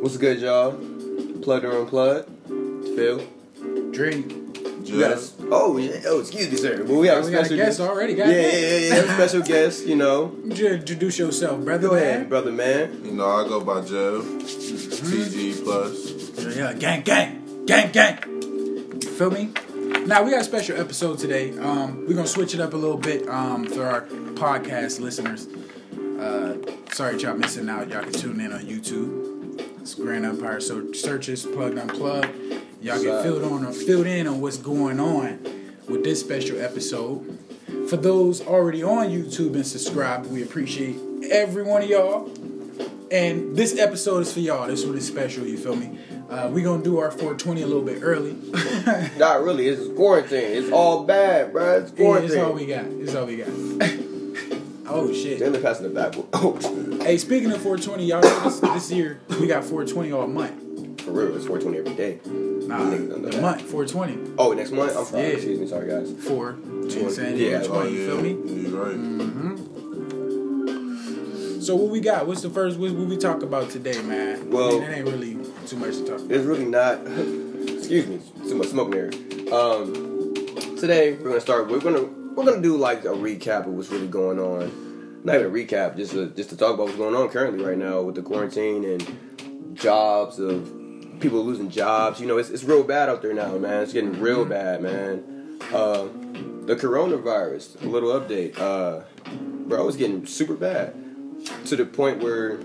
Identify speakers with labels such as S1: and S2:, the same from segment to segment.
S1: What's good, y'all? Plugged or unplugged? Phil,
S2: Drake.
S1: you got us. Oh, yeah. oh, excuse me, sir. Well, we have a
S2: we got
S1: special
S2: a guest
S1: guest.
S2: already.
S1: Yeah,
S2: Got
S1: yeah, yeah, yeah. special guest. You know,
S2: introduce yourself, brother.
S1: go ahead,
S2: man.
S1: brother man.
S3: You know, I go by Jeff,
S2: Mm-hmm.
S3: TG Plus.
S2: Yeah, gang, gang, gang, gang. You feel me? Now we got a special episode today. Um, we're gonna switch it up a little bit um, for our podcast listeners. Uh, sorry, that y'all missing out. Y'all can tune in on YouTube. It's Grand Empire so searches plugged unplugged. Y'all get filled on or filled in on what's going on with this special episode. For those already on YouTube and subscribed, we appreciate every one of y'all. And this episode is for y'all. This one is special. You feel me? Uh, we gonna do our 420 a little bit early.
S1: Not really. It's quarantine. It's all bad, bruh. It's
S2: Yeah, it's
S1: quarantine.
S2: all we got. It's all we got. oh shit!
S1: Then they're passing the back. Oh,
S2: Hey, speaking of 420, y'all know this, this year we got 420 all month.
S1: for real, it's 420 every day.
S2: Nah,
S1: Niggas don't know
S2: the
S1: that.
S2: month 420
S1: Oh, next month. I'm sorry.
S2: Yeah.
S1: Excuse me. Sorry, guys.
S2: four. You know what I'm saying?
S1: Yeah,
S2: 420, You feel me?
S3: Oh,
S2: Mm-hmm.
S3: You right.
S2: So what we got? What's the first? What, what we talk about today, man?
S1: Well-
S2: I mean, it ain't really too much to talk. about.
S1: It's really not. excuse me. Too much smoke in there. Um, today we're gonna start. We're gonna we're gonna do like a recap of what's really going on. Not even a recap, just to, just to talk about what's going on currently right now with the quarantine and jobs of people losing jobs. You know, it's it's real bad out there now, man. It's getting real bad, man. Uh, the coronavirus. A little update. Uh, bro, it's getting super bad to the point where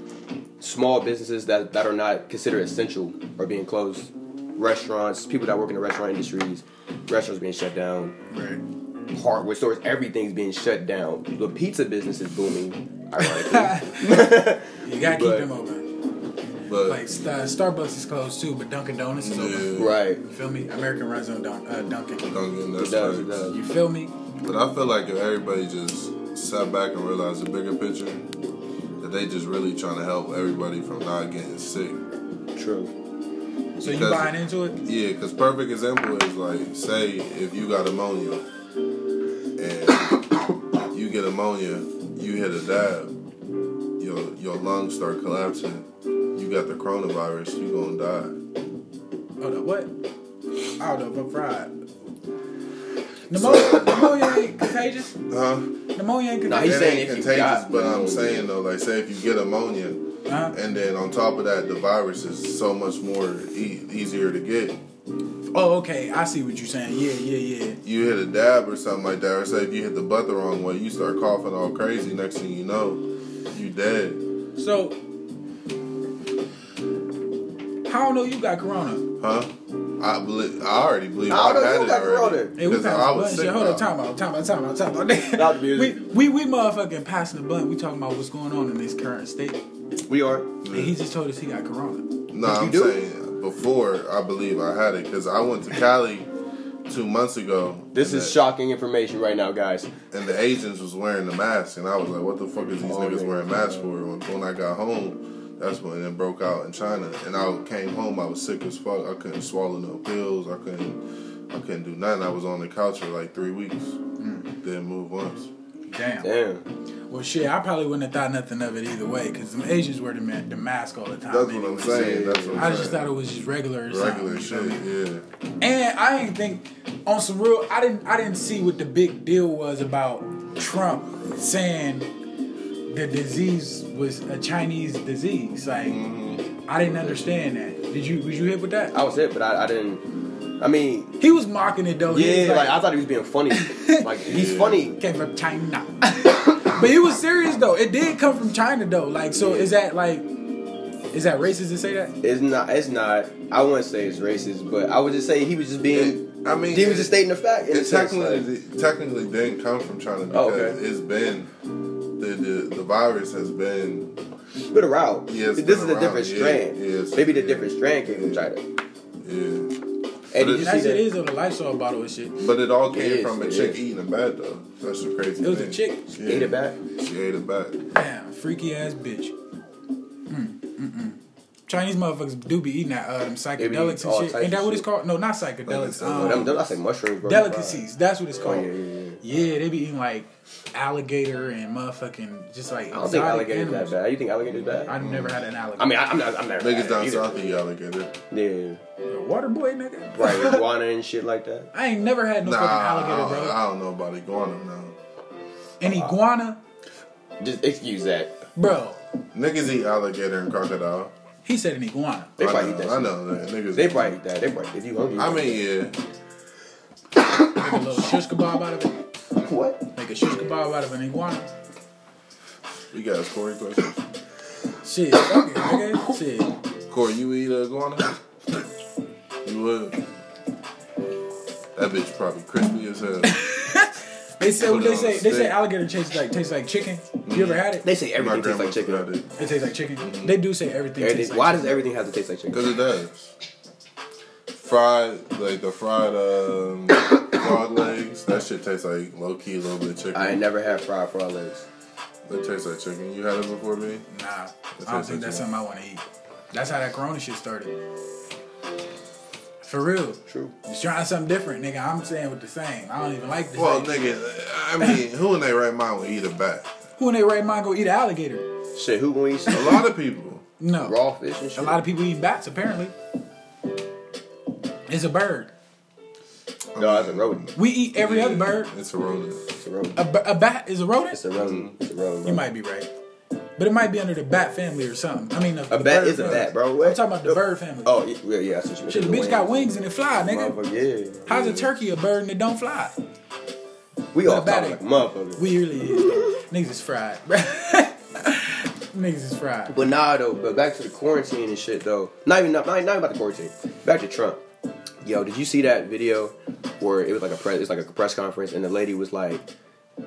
S1: small businesses that, that are not considered essential are being closed. Restaurants, people that work in the restaurant industries, restaurants being shut down,
S2: Right.
S1: hardware stores, everything's being shut down. The pizza business is booming, ironically.
S2: You gotta keep
S1: But-
S2: them open.
S3: But
S2: Like Sta- Starbucks is closed too, but Dunkin' Donuts is open.
S3: yeah,
S1: right.
S2: You feel me? American Red Zone Dun- uh, Dunkin'.
S3: don't get in
S1: It does, it does.
S2: You feel me?
S3: But I feel like if everybody just sat back and realized the bigger picture, that they just really trying to help everybody from not getting sick.
S1: True.
S2: So you
S3: Because-
S2: buying into it?
S3: Yeah, because perfect example is like, say if you got ammonia and you get ammonia, you hit a dab, your your lungs start collapsing, you got the coronavirus, you gonna die.
S2: Hold up, what? Hold up, I'm fried. Pneumonia, pneumonia ain't contagious.
S3: Huh?
S2: Uh-huh. Pneumonia ain't
S1: Nah, he's
S2: contagious.
S3: It
S1: saying
S3: ain't
S1: if you got
S3: contagious, but I'm
S1: pneumonia.
S3: saying though, like say if you get ammonia,
S2: Huh?
S3: And then on top of that, the virus is so much more e- easier to get.
S2: Oh, okay. I see what you're saying. Yeah, yeah, yeah.
S3: You hit a dab or something like that, or say if you hit the butt the wrong way, you start coughing all crazy. Next thing you know, you dead.
S2: So, how do you got corona?
S3: Huh? I believe I already believe
S1: I
S3: I've
S1: don't know,
S3: had
S1: you
S3: it
S1: got
S3: already.
S1: corona.
S2: Hey, we
S3: Because
S2: passing the
S3: I was
S2: blunt.
S3: sick.
S2: Shit. Hold up,
S3: now.
S2: time out, time out, time out, time out.
S1: Not the
S2: we,
S1: music.
S2: we, we motherfucking passing the blunt. We talking about what's going on in this current state.
S1: We are.
S2: And he just told us he got corona.
S1: You
S3: No, I'm
S1: do?
S3: saying before I believe I had it because I went to Cali two months ago.
S1: This
S3: and
S1: is
S3: the-
S1: shocking information right now, guys.
S3: and the agents was wearing the mask, and I was like, "What the fuck is these
S1: Oh,
S3: niggas
S1: yeah.
S3: wearing masks for?" When, when I got home, that's when it broke out in China, and I came home. I was sick as fuck. I couldn't swallow no pills. I couldn't. I couldn't do nothing. I was on the couch for like three weeks.
S1: Hmm.
S3: Didn't move once.
S2: Damn.
S1: Damn.
S2: Well, shit, I probably wouldn't have thought nothing of it either way, because the Asians wear the, ma- the mask all the time.
S3: That's what
S2: anyway.
S3: I'm saying. That's what I'm
S2: I just
S3: saying.
S2: thought it was just regular or
S3: regular
S2: something.
S3: shit. Yeah.
S2: And I didn't think on some real I didn't I didn't see what the big deal was about Trump saying the disease was a Chinese disease. Like
S3: Mm-hmm.
S2: I didn't understand that. Did you was you hit with that?
S1: I was hit, but I, I didn't. I mean,
S2: He was mocking it though. he
S1: yeah,
S2: was
S1: like, I thought he was being funny. like, he's funny.
S2: came from China. but he was serious though. It did come from China though. Like so is that like is that racist to say that?
S1: It's not. It's not. I wouldn't say it's racist, but I would just say he was just being.
S3: It- I mean,
S1: he was just
S3: it-
S1: stating the fact. in a
S3: It
S1: sense,
S3: technically
S1: like-
S3: it technically didn't come from China because
S1: Oh, okay.
S3: it's been the, the the virus has been
S1: been around.
S3: Yeah, it's
S1: this
S3: been
S1: is a
S3: around,
S1: different
S3: yeah,
S1: strand.
S3: yeah, it's-
S1: Maybe the
S3: yeah.
S1: different strand came from
S3: Yeah.
S1: China.
S3: yeah.
S1: And did
S3: it-
S1: you see
S2: That's it
S1: that?
S2: is on the lifestyle bottle and shit.
S3: But it all
S1: It
S3: came
S1: is,
S3: from a
S1: it
S3: chick
S1: is.
S3: eating a bat, though. That's the crazy thing.
S2: It was a chick?
S3: She
S1: Ate a bat?
S3: She ate a bat.
S2: Damn, freaky ass bitch. Mm, mm-mm. Chinese motherfuckers do be eating that uh, them psychedelics
S1: all
S2: and shit.
S1: types
S2: Ain't that
S1: of
S2: what it's
S1: shit.
S2: called? No, not
S3: Like
S2: psychedelics.
S3: I said,
S2: um,
S1: Them- them- I say mushrooms, bro.
S2: delicacies. That's what it's
S1: Oh,
S2: called.
S1: yeah, yeah, yeah.
S2: Yeah, they be eating like alligator and motherfucking just like.
S1: I don't think alligator's
S2: animals.
S1: that bad. You think alligator's bad?
S2: I never had an alligator.
S1: I mean, I, I'm not. I'm not.
S3: Niggas down south eat alligator.
S1: Yeah,
S2: A water boy, nigga.
S1: right. Iguana and shit like that.
S2: I ain't never had no
S3: Nah,
S2: fucking
S3: I
S2: alligator,
S3: don't,
S2: bro.
S3: I don't know about iguana now.
S2: An
S3: Uh-huh.
S2: iguana,
S1: Just excuse that.
S2: bro.
S3: Niggas eat alligator and crocodile.
S2: He said an iguana.
S1: They
S3: I
S1: probably
S3: know,
S1: eat that.
S3: I
S1: shit.
S3: know, that niggas.
S1: They probably eat that. They probably. If you hungry.
S3: I mean, yeah.
S2: Make a little shish kebab out of it.
S1: what?
S2: Make a shish kebab out of an iguana.
S3: We got Corey questions.
S2: Shit, fuck it, nigga. Shit.
S3: Corey, you eat uh, iguana? You would. That bitch probably crispy as hell.
S2: They say
S3: Put it
S2: they
S3: on
S2: say
S3: a
S2: they say
S3: steak.
S2: alligator tastes like tastes like chicken. You ever had it?
S1: They say everything tastes like chicken.
S2: It tastes like chicken. They do say everything tastes
S1: Everything,
S2: like
S1: why
S2: chicken.
S1: does everything have to taste like
S3: Because
S1: chicken?
S3: it does. Fried, like the fried um, frog legs, that shit tastes like low key a little bit of chicken.
S1: I ain't never had fried frog legs.
S3: It tastes like chicken. You had it before me?
S2: Nah,
S3: That's
S2: I don't
S3: what
S2: think
S3: it
S2: that's
S3: is.
S2: something I want to eat. That's how that Corona shit started. For real.
S1: True.
S2: Just trying something different, nigga. I'm staying with the same. I don't even like this.
S3: Well,
S2: Like,
S3: nigga, I mean, who in their right mind would eat a bat?
S2: who in their right mind go eat an alligator?
S1: Shit, who gonna eat
S3: A
S1: some
S3: lot of people.
S2: No.
S1: raw fish and shit?
S2: A lot of people eat bats, apparently. It's a bird.
S1: no, that's a rodent.
S2: We eat every other bird.
S3: It's a rodent.
S1: It's a rodent.
S2: A, b- a bat is a rodent?
S1: It's a rodent. It's a rodent.
S2: You might be right. But it might be under the bat family or something. I mean, the,
S1: A bat
S2: the bird
S1: is a
S2: family.
S1: bat, bro. What?
S2: I'm talking about the bird family.
S1: Oh yeah, yeah, yeah I see what you mean.
S2: Shit, the bitch got wings and it fly, nigga.
S1: Motherfucker, yeah.
S2: How's a turkey a bird and it don't fly?
S1: We all
S2: a bat
S1: talking like
S2: ain't-
S1: motherfuckers.
S2: We really is. Niggas is fried. bruh. Niggas is fried.
S1: But nah, though. But back to the quarantine and shit, though. Not even not, not even about the quarantine. Back to Trump. Yo, did you see that video where it was like a press? It's like a press conference, and the lady was like,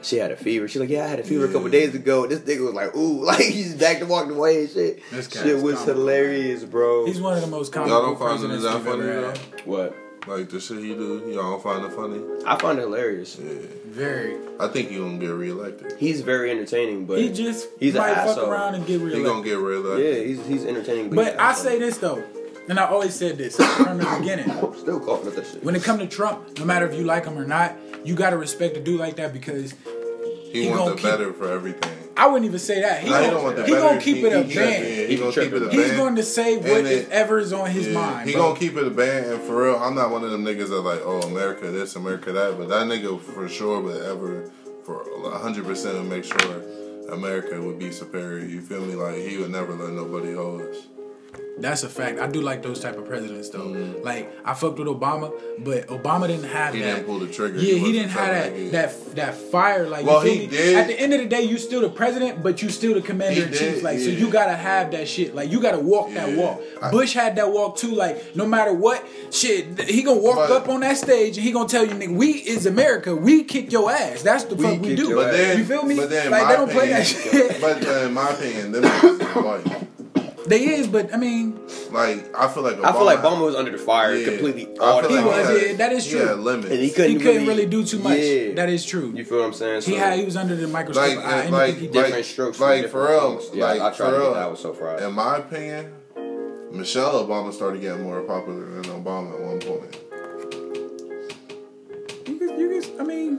S1: she had a fever. She's like, yeah, I had a fever a couple days ago. This nigga was like, ooh, like he's back to walking away and shit.
S2: This guy
S1: shit
S2: is
S1: was
S2: comical.
S1: hilarious, bro.
S2: He's one of the most
S3: Y'all
S2: comical
S3: don't find it
S2: presidents
S3: that
S2: we've
S3: funny
S2: ever
S3: though?
S2: had.
S1: what?
S3: Like the shit he do, y'all don't find it funny?
S1: I find it hilarious.
S3: Yeah.
S2: Very.
S3: I think he gonna get reelected.
S1: He's very entertaining, but
S2: He just
S1: he's an
S2: might fuck
S1: asshole.
S2: around and get
S3: He
S2: real.
S3: gonna get reelected.
S1: yeah, he's he's entertaining. he's
S2: but
S1: an
S3: uh,
S2: I
S1: asshole.
S2: say this though, and I always said this from the beginning.
S1: I'm still coughing up that shit.
S2: When it comes to Trump, no matter if you like him or not, you gotta respect a dude like that because
S3: He,
S2: He
S3: wants
S2: gonna
S3: the
S2: keep-
S3: better for everything.
S2: I wouldn't even say that. He,
S3: Nah, he
S2: gon-
S3: don't want the
S2: he
S3: better.
S2: gonna keep it a
S3: he-
S2: band.
S3: Yeah, he gonna keep it a
S1: He's
S3: band.
S2: He's going to say what
S3: And it-
S2: is ever is on his
S3: Yeah,
S2: mind.
S3: He
S2: bro.
S3: gonna keep it a band, and for real, I'm not one of them niggas that like, oh, America this, America that, but that nigga for sure would ever, for 100 percent would make sure America would be superior. You feel me? Like he would never let nobody hold us.
S2: That's a fact. I do like those type of presidents though. Like I fucked with Obama, but Obama didn't have
S3: He
S2: that.
S3: didn't pull the trigger.
S2: Yeah,
S3: He
S2: he,
S3: wasn't
S2: didn't have that
S3: something like
S2: that that fire. Like,
S3: Well,
S2: you feel me?
S3: he did.
S2: At the end of the day, you still the president, but you still the commander
S3: He
S2: in chief.
S3: did,
S2: Like, so
S3: yeah.
S2: you gotta have that shit. Like, you gotta walk that
S3: Yeah.
S2: walk.
S3: I-
S2: Bush had that walk too. Like, no matter what, shit, th- he gonna walk
S3: But-
S2: up on that stage and he gonna tell you, nigga, we is America. We kick your ass. That's the
S1: We
S2: fuck we
S1: kick
S2: do.
S1: your
S3: But then,
S2: you feel me?
S3: But then,
S2: like,
S3: my
S2: they don't play
S3: opinion,
S2: that shit.
S3: But uh, in my opinion, them niggas is
S2: they is, but I mean,
S3: white. Like I feel like Obama,
S1: I feel like Obama was under the fire
S3: yeah,
S1: completely
S3: I
S1: all the
S3: feel
S1: time.
S2: He was,
S3: had-
S2: yeah, that is
S3: he
S2: true.
S3: had limits.
S1: And he couldn't,
S2: he couldn't
S1: really,
S2: really do too much.
S1: Yeah.
S2: That is true.
S1: You feel what I'm saying?
S2: He
S1: So-
S2: had he was under the microscope.
S3: like,
S2: I didn't think
S3: like, like,
S2: he did.
S1: different strokes for
S3: Like
S1: different
S3: for real,
S1: folks. Yeah,
S3: like
S1: I tried
S3: for
S1: to get
S3: real.
S1: that, I was so fried.
S3: In my opinion, Michelle Obama started getting more popular than Obama at one point.
S2: You can, you can, I mean,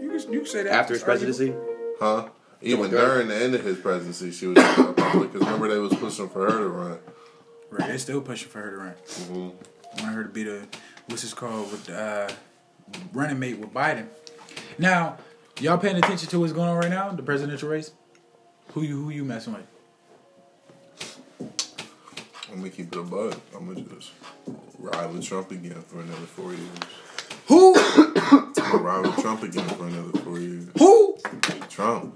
S2: you can, you can say that
S1: after his
S2: It's arguable.
S1: presidency.
S3: Huh? Even
S1: Come on,
S3: during the end of his presidency, she was getting more popular because remember they was pushing for her to run.
S2: Right, they're still pushing for her to run. Want her to be the what's this called with uh, running mate with Biden. Now, y'all paying attention to what's going on right now, the presidential race. Who you who you messing with?
S3: I'm gonna keep it a buck. I'm gonna just ride with Trump again for another four years.
S2: Who
S3: I'm gonna ride with Trump again for another four years.
S2: who?
S3: Trump,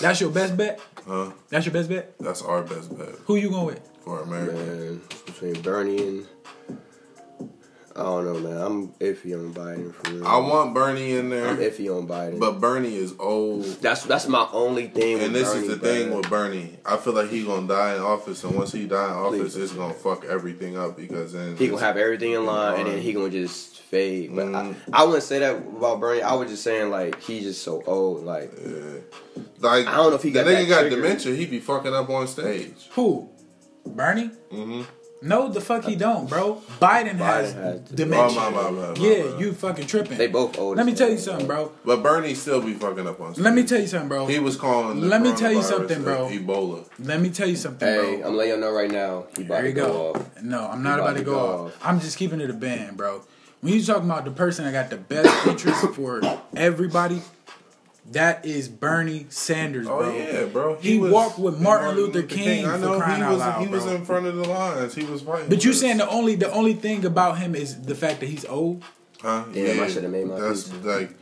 S2: That's your best bet.
S3: huh?
S2: That's your best bet.
S3: That's our best bet
S2: Who you going with?
S3: for America.
S1: Man, between Bernie and I don't know, man. I'm iffy on Biden for real.
S3: I want Bernie in
S1: I'm
S3: there,
S1: iffy on Biden.
S3: but Bernie is old.
S1: that's that's my only thing. with
S3: And this
S1: Bernie,
S3: is the
S1: bro.
S3: thing with Bernie. I feel like he gonna die in office, and once he die in office,
S1: Please.
S3: it's gonna fuck everything up because then
S1: he gonna have everything in line, and then he gonna just fade. But
S3: Mm.
S1: I, I wouldn't say that about Bernie. I was just saying like he's just so old. Like
S3: like
S1: I don't know if he
S3: the
S1: got
S3: nigga
S1: that
S3: got
S1: trigger.
S3: dementia. He be fucking up on stage.
S2: Who? Bernie?
S3: hmm
S2: No, the fuck he don't, bro. Biden, has,
S1: has
S2: dementia.
S3: Oh, my, my, my, my,
S2: yeah,
S3: my.
S2: you fucking tripping.
S1: They both old. as
S2: Let me tell
S1: hell.
S2: you something, bro.
S3: But Bernie still be fucking up on. Stuff.
S2: Let me tell you something, bro.
S3: He was calling. The
S2: Let me tell you
S3: coronavirus
S2: something, bro.
S3: the Ebola.
S2: Let me tell you something,
S1: Hey,
S2: bro.
S1: I'm letting y'all know right now. He about
S2: There
S1: to
S2: you
S1: go,
S2: go.
S1: off.
S2: No, I'm not
S1: You
S2: about, to go, off. I'm just keeping it a band, bro. When you talking about the person that got the best interest for everybody, that is Bernie Sanders,
S3: Oh
S2: bro.
S3: yeah, bro.
S2: He walked with Martin Luther King
S3: I
S2: for
S3: know
S2: crying
S3: he
S2: out
S3: was.
S2: loud,
S3: he was
S2: bro.
S3: in front of the lines. He was fighting.
S2: But you
S3: for
S2: saying
S3: us.
S2: the only the only thing about him is the fact that he's old?
S3: Huh?
S1: Damn, I shoulda made my
S3: That's
S1: pizza.
S3: like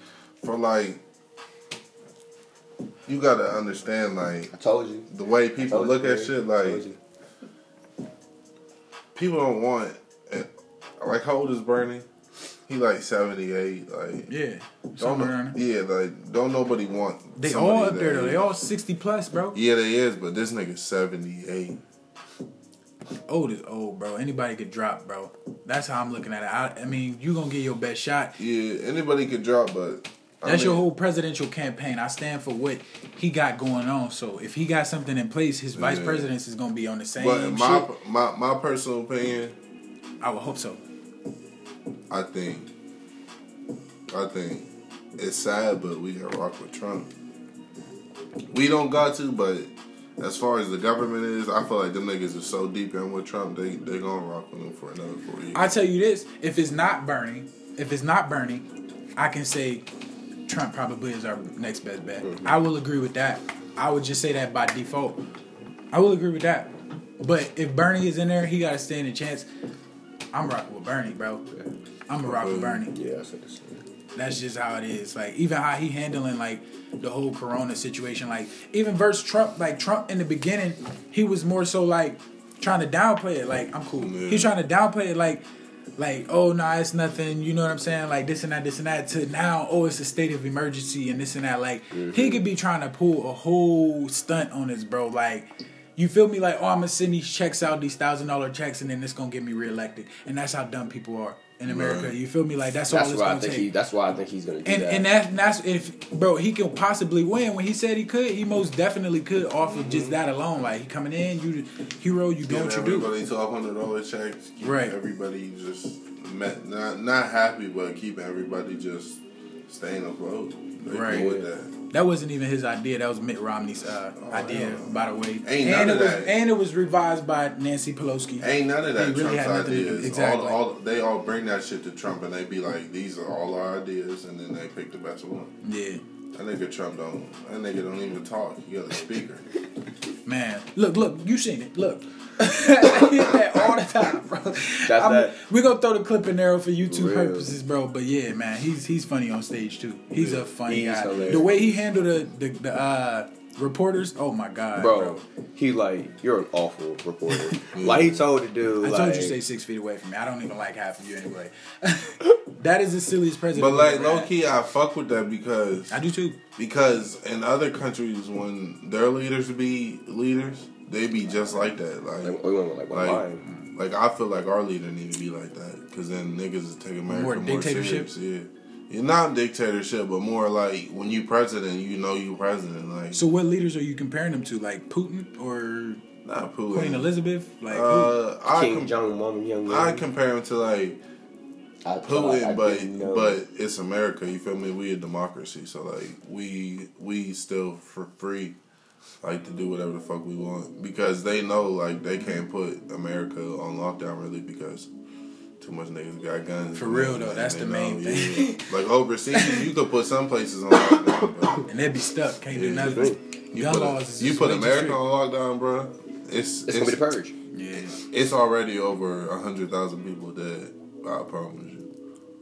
S3: for like. You gotta understand, like
S1: I told you.
S3: the way
S1: I
S3: people
S1: told
S3: look
S1: you,
S3: at
S1: Barry.
S3: shit.
S1: I
S3: Like
S1: told you.
S3: people don't want. eh, Like how old is Bernie? He like seventy eight. Like
S2: Yeah.
S3: don't
S2: somewhere around
S3: no,
S2: there.
S3: yeah, like don't nobody want.
S2: They
S3: somebody
S2: all up there
S3: that-
S2: though. They all sixty plus, bro.
S3: Yeah, they is, but this nigga seventy eight.
S2: Old is old, bro. Anybody could drop, bro. That's how I'm looking at it. I, I mean, you gonna get your best shot.
S3: Yeah, anybody could drop, but I
S2: That's
S3: mean,
S2: your whole presidential campaign. I stand for what he got going on. So if he got something in place, his vice
S3: Yeah.
S2: presidents is gonna be on the same.
S3: But in my
S2: shit.
S3: my my personal opinion,
S2: I would hope so.
S3: I think, I think it's sad, but we got rock with Trump. We don't got to, but as far as the government is, I feel like them niggas are so deep in with Trump, they they gonna rock with him for another four years.
S2: I tell you this: if it's not Bernie, if it's not Bernie, I can say Trump probably is our next best bet. I will agree with that. I would just say that by default. I will agree with that. But if Bernie is in there, he got a standing chance. I'm rocking with Bernie, bro. I'm a rock with Bernie.
S1: Yeah, I said this.
S2: That's just how it is. Like even how he handling like the whole corona situation. Like even versus Trump, like Trump in the beginning, he was more so like trying to downplay it. Like I'm cool.
S3: Yeah.
S2: He's trying to downplay it like like, oh nah, it's nothing, you know what I'm saying? Like this and that, this and that to now, oh it's a state of emergency and this and that. Like
S1: Mm-hmm.
S2: he could be trying to pull a whole stunt on this bro. Like you feel me? Like, oh I'm gonna send these checks out, these thousand dollar checks, and then it's gonna get me reelected. And that's how dumb people are in America.
S3: Right.
S2: You feel me? Like that's,
S1: That's
S2: all it's
S1: why I
S2: gonna
S1: think
S2: take.
S1: he. That's why I think he's gonna do
S2: And
S1: that.
S2: and that and that's if bro he can possibly win. When he said he could, he most definitely could off of just that alone. Like he coming in, you the hero, you do
S3: Give
S2: what you do.
S3: everybody twelve hundred dollar checks. Keep
S2: Right.
S3: Everybody just met, not not happy, but keep everybody just staying afloat. They
S2: Right.
S3: cool With that.
S2: That wasn't even his idea. That was Mitt Romney's uh, idea,
S3: hell.
S2: by the way.
S3: Oh,
S2: and
S3: Ain't none
S2: it
S3: of
S2: was
S3: that.
S2: and it was revised by Nancy Pelosi.
S3: Ain't none of that
S2: They really
S3: Trump's
S2: had nothing to do-
S3: ideas.
S2: exactly.
S3: All, all they all bring that shit to Trump, and they be like, "These are all our ideas," and then they pick the best one.
S2: yeah,
S3: That nigga Trump don't. That nigga don't even talk. He got a speaker.
S2: man. Look, look, you seen it. Look. I hear that all the time, bro.
S1: that.
S2: We're gonna throw the clip in there for YouTube
S1: Real.
S2: purposes, bro. But yeah, man, he's he's funny on stage too. He's a
S1: He's
S2: funny guy.
S1: hilarious.
S2: The way he handled the the, the uh, reporters, oh my god, bro.
S1: bro, he like you're an awful reporter. like he told the dude,
S2: I
S1: like,
S2: told you stay six feet away from me. I don't even like half of you anyway. that is the silliest president.
S3: but
S2: we've
S3: like
S2: ever
S3: low
S2: had.
S3: key, I fuck with that because
S2: I do too.
S3: because in other countries, when their leaders be leaders, they be just like that. Like
S1: like, we went with, like one
S3: Like,
S1: line.
S3: like I feel like our leader need to be like that because then niggas is taking America
S2: More
S3: more,
S2: dictatorship?
S3: serious. Yeah, yeah, not dictatorship, but more like when you president, you know you president. Like
S2: So what leaders are you comparing them to? Like Putin or
S3: not Putin.
S2: Queen Elizabeth? Like who?
S3: Uh, I
S1: King
S3: com-
S1: John Mama Young.
S3: I
S1: man.
S3: compare him to like
S1: I feel like
S3: Putin,
S1: I didn't know.
S3: but but it's America. You feel me? We a democracy, so like we we still for free, like to do whatever the fuck we want because they know like they can't put America on lockdown really because too much niggas got guns.
S2: For real, though,
S3: And
S2: that's
S3: they
S2: the
S3: know,
S2: main
S3: yeah.
S2: thing.
S3: like overseas, you could put some places on lockdown. Bro.
S2: and they'd be stuck, can't do
S3: Yeah,
S2: nothing.
S3: You
S2: Gun
S3: put,
S2: laws is
S3: you
S2: just
S3: put
S2: way too
S3: America
S2: strict.
S3: on lockdown, bro. It's
S1: it's gonna be the purge.
S2: Yeah,
S3: It's already over hundred thousand people dead. I promise you.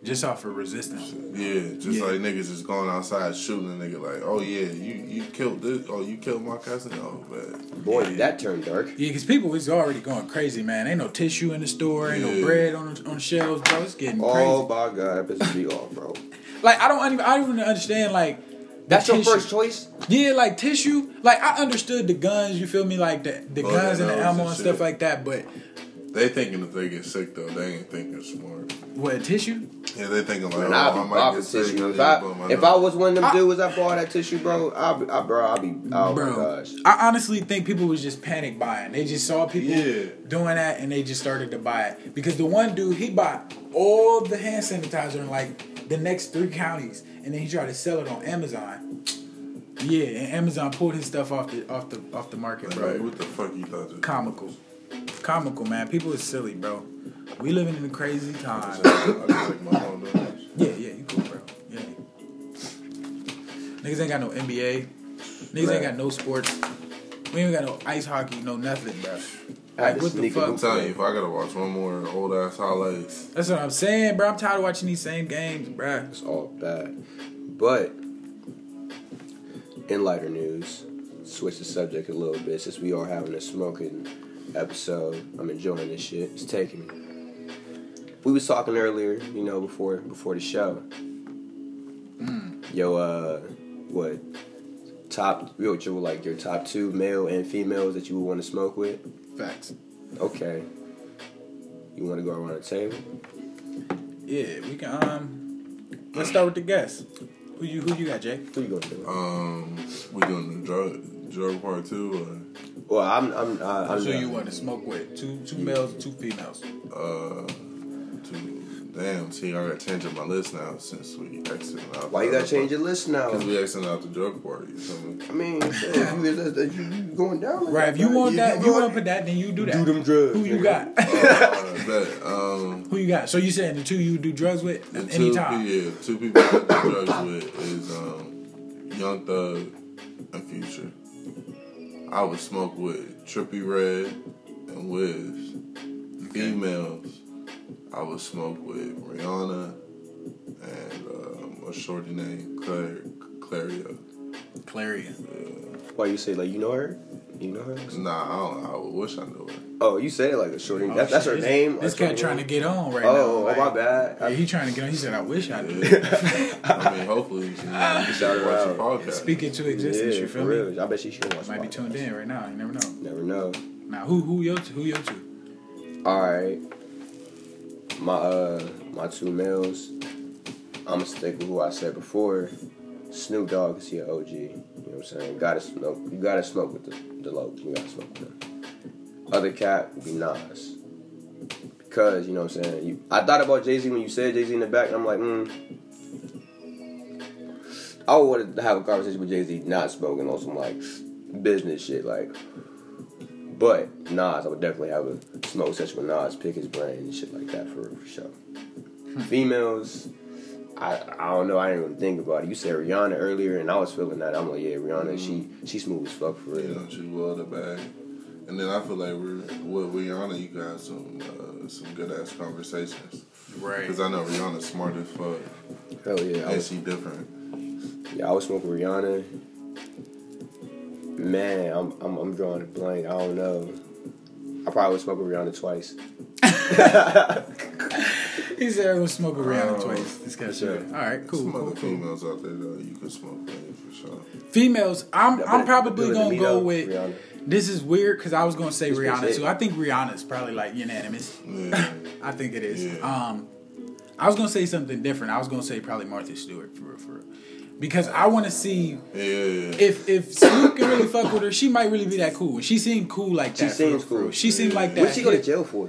S2: just off of resistance.
S3: Yeah, just
S2: Yeah.
S3: like niggas just going outside shooting a nigga like, oh yeah, you you killed this, oh you killed my cousin, oh man.
S1: Boy, did that turned dark.
S2: Yeah, because people is already going crazy, man. Ain't no tissue in the store, ain't
S3: Yeah.
S2: no bread on on shelves, bro. It's getting
S1: Oh my god, that pisses me off, bro.
S2: crazy. Like I don't even I don't even understand like the
S1: That's your
S2: tissue.
S1: first choice.
S2: Yeah, like tissue. Like I understood the guns, you feel me? Like the, the
S3: Oh,
S2: guns
S3: yeah,
S2: and the
S3: that was
S2: ammo
S3: the
S2: and
S3: shit.
S2: stuff like that, but
S3: They thinking if they get sick though, they ain't thinking smart.
S2: What tissue?
S3: Yeah, they thinking like,
S1: And
S3: oh,
S1: I'd
S3: I
S1: be
S3: might
S1: popping
S3: get sick.
S1: tissue. If
S3: yeah,
S1: I,
S3: but my
S1: if
S3: nose-
S1: I was one of them dudes that bought that tissue, bro, I'd be, I, bro, I'd be, oh
S2: Bro,
S1: my gosh.
S2: I honestly think people was just panic buying. They just saw people
S3: Yeah.
S2: doing that and they just started to buy it. Because the one dude, he bought all the hand sanitizer in like the next three counties and then he tried to sell it on Amazon. Yeah, and Amazon pulled his stuff off the off the off the market,
S3: Like,
S2: bro.
S3: what the fuck you thought? this-
S2: Comical. Comical, man. People is silly, bro. We living in a crazy
S3: I
S2: time.
S3: just licked my own nose.
S2: Yeah, yeah, you cool, bro. Yeah. Niggas ain't got no NBA. Niggas ain't
S1: Right.
S2: got no sports. We ain't got no ice hockey, no nothing, bro.
S1: I had
S2: Like,
S1: to
S2: what the
S1: sneak a
S2: fuck?
S3: I'm telling you, if I gotta watch one more old ass highlights,
S2: That's what I'm saying, bro. I'm tired of watching these same games, bro.
S1: It's all bad. But in lighter news, switch the subject a little bit since we are having a smoking episode. I'm enjoying this shit. It's taking me. We was talking earlier, you know, before before the show. Yo, uh, what top? Yo, what your like your top two male and females that you would want to smoke with?
S2: Facts.
S1: Okay. You want to go around the table?
S2: Yeah, we can. Um, let's start with the guests. Who you who you got, Jay?
S1: Who you gonna do?
S3: um, we doing the drug drug part two
S1: well, I'm I'm uh, I'm.
S2: Who you want to smoke with? Two two males, two females.
S3: or uh, two. Damn, see, I got changing my list now since we exited out.
S1: Why you gotta change your list now?
S3: Because we exited out the drug party. You feel me?
S1: I mean, shit, you, you- you, you going down. like
S2: Right. If you want
S1: bro.
S2: that, if you want to put that, then you do that.
S1: do them drugs.
S2: Who you
S1: nigga.
S2: got?
S3: Uh, but, um,
S2: who you got? So you saying the two you do drugs with
S3: The
S2: at
S3: two,
S2: any
S3: pe-
S2: time?
S3: Yeah, two people I do drugs with is um, Young Thug and Future. I would smoke with Trippy Red and Wiz. Females, I would smoke with Rihanna and um, a shorty named Claire, Claria.
S2: Clarion.
S1: Why you say like you know her? You know her?
S3: Nah, I, don't, I would wish I knew her.
S1: Oh, you said it like a shorty.
S2: Oh,
S1: that's, that's
S2: shit,
S1: her
S2: this-
S1: name.
S2: This
S1: A
S2: cat
S1: shorty
S2: trying to
S1: name?
S2: get on right now.
S1: Oh, oh, my
S2: like-
S1: bad.
S2: Yeah,
S1: I
S2: he trying to get on. He said, "I wish I did."
S3: Yeah. I mean, hopefully, you can
S1: Shout her
S3: watch your
S1: out.
S3: podcast.
S2: Speak into existence.
S1: yeah,
S2: you
S1: for
S2: feel me?
S1: real. I bet she should watch.
S2: Might be
S1: podcasts.
S2: tuned in right now. You never know.
S1: Never know.
S2: Now, who who yo who yo to?
S1: All right, my uh my two males. I'm gonna stick with who I said before. Snoop Dogg is your OG. You know what I'm saying? Gotta smoke. You gotta smoke with the the low. You gotta smoke with them. Other cat would be Nas. Because you know what I'm saying. You, I thought about Jay Z when you said Jay Z in the back, and I'm like, hmm. I would want to have a conversation with Jay Z, not smoking on some like business shit, like. But Nas, I would definitely have a smoke session with Nas, pick his brain and shit like that for, for sure. Hmm. Females, I I don't know. I didn't even think about it. You said Rihanna earlier, and I was feeling that. I'm like, yeah, Rihanna. She she smooth as fuck for
S3: You
S1: real.
S3: know, she love the bag. And then I feel like we're with Rihanna, you can have some uh, some good ass conversations.
S2: Right.
S3: Cause I know Rihanna's smart as fuck,
S1: Hell yeah. I
S3: and
S1: was,
S3: she different.
S1: yeah, I was smoking Rihanna. Man, I'm, I'm I'm drawing a blank. I don't know. I probably would smoke with Rihanna twice.
S2: He said, "I was smoking Rihanna
S3: Oh,
S2: twice." This guy
S1: sure.
S2: said, "All right, cool,
S3: some
S2: cool,
S3: other
S2: cool."
S3: females out there though you can smoke with for sure.
S2: Females, I'm
S1: Yeah,
S2: I'm
S1: but-
S2: probably
S1: but
S2: gonna
S1: Anita,
S2: go with.
S1: Rihanna.
S2: This is weird because I was gonna say
S1: Just gonna
S2: Rihanna
S1: say-
S2: too. I think Rihanna's probably like unanimous.
S3: Yeah,
S2: I think it is.
S3: Yeah.
S2: Um, I was gonna say something different. I was gonna say probably Martha Stewart for real, for real. because I want to see
S3: yeah, yeah. yeah.
S2: if if Snoop can really fuck with her, she might really be that cool. She seemed cool like that.
S1: She
S2: for
S1: seems
S2: real, for real.
S1: cool.
S2: She seemed like that.
S1: What'd she go to jail for?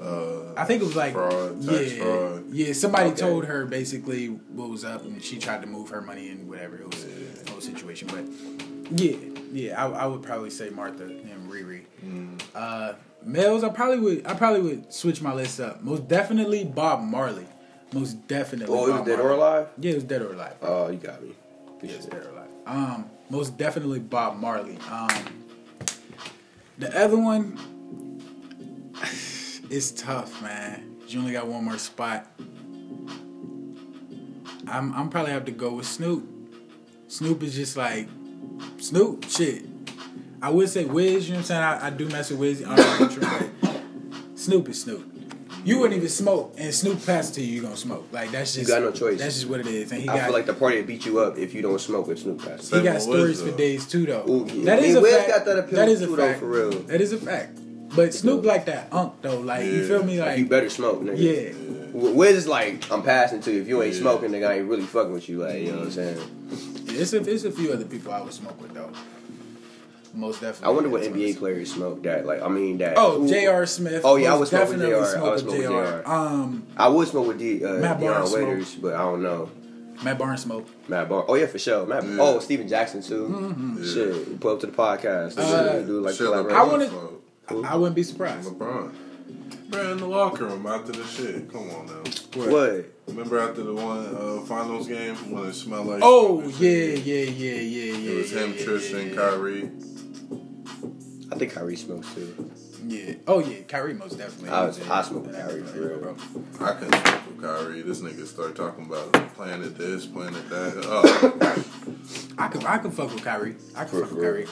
S3: Uh,
S2: I think it was like
S3: Fraud, tax
S2: yeah,
S3: fraud.
S2: yeah. Somebody
S1: Okay.
S2: told her basically what was up, and she tried to move her money and whatever. It was a whole situation, but yeah, yeah. I, I would probably say Martha and Riri.
S1: Mm.
S2: Uh, males, I probably would. I probably would switch my list up. Most definitely Bob Marley. Most definitely.
S1: Oh, it was
S2: Bob
S1: dead or
S2: Marley.
S1: alive?
S2: Yeah, it was dead or alive.
S1: Oh, you got me. Good
S2: Yeah, it's
S1: shit.
S2: dead or alive. Um, most definitely Bob Marley. Um, the other one is tough, man. You only got one more spot. I'm I'm probably have to go with Snoop. Snoop is just like Snoop shit. I would say Wiz, you know what I'm saying? I, I do mess with Wiz. I don't know what you're right. Snoop is Snoop. You wouldn't even smoke, and Snoop passes to you, you gonna smoke. Like that's just
S1: got no choice.
S2: That's just what it is. And he
S1: I
S2: got
S1: feel like the party would beat you up if you don't smoke with Snoop Pass.
S2: he
S3: Same
S2: got
S3: with
S2: stories
S3: Wiz,
S2: for
S3: though.
S2: days too, though.
S1: Ooh, yeah.
S2: That
S1: I
S2: is
S1: mean,
S2: a
S1: Wiz
S2: fact.
S1: got that appeal
S2: that is a
S1: too, though,
S2: fact.
S1: for real.
S2: That is a fact. But Snoop like that unk though. Like you
S3: Yeah.
S2: feel me?
S1: you
S2: Like
S1: better smoke, nigga.
S2: yeah.
S1: Wh- Wiz like I'm passing to you. If you ain't
S3: Yeah.
S1: smoking, nigga, I ain't really fucking with you. Like you know what I'm saying.
S2: It's a it's a few other people I would smoke with though. Most definitely.
S1: I wonder what NBA players smoke that. Like I mean that.
S2: Oh,
S1: Ooh.
S2: J.R. Smith.
S1: Oh, yeah, I
S2: Most
S1: would smoke with
S2: definitely
S1: JR. I would smoke with JR.
S2: Um,
S1: I would smoke with D, uh,
S2: Matt Barnes
S1: Deion
S2: smoke.
S1: Waiters, but I don't know.
S2: Matt Barnes smoke.
S1: Matt Barnes. Oh yeah, for sure. Matt.
S3: Yeah.
S1: Oh, Steven Jackson too. Shit, pull up to the podcast.
S2: Uh,
S1: do like
S3: Shit,
S1: collaboration.
S2: Mm-hmm. I wanna-
S3: LeBron.
S2: I wouldn't be surprised.
S3: LeBron. Bruh, in the locker room after the shit. Come on now.
S1: What?
S3: Remember after the one uh, finals game when it smelled like.
S2: Oh
S3: shit?
S2: yeah, yeah, yeah, yeah, yeah.
S3: It was
S2: yeah,
S3: him,
S2: yeah,
S3: Tristan,
S2: yeah,
S3: Kyrie.
S1: I think Kyrie smokes too.
S2: Yeah. Oh yeah, Kyrie most definitely.
S1: I was-
S2: Yeah.
S1: I smoke Kyrie, for real.
S3: I couldn't fuck with Kyrie. This nigga start talking about planet this, planet that. Oh,
S2: I could I could fuck with Kyrie. I could
S1: For
S2: fuck with
S1: real.
S2: Kyrie.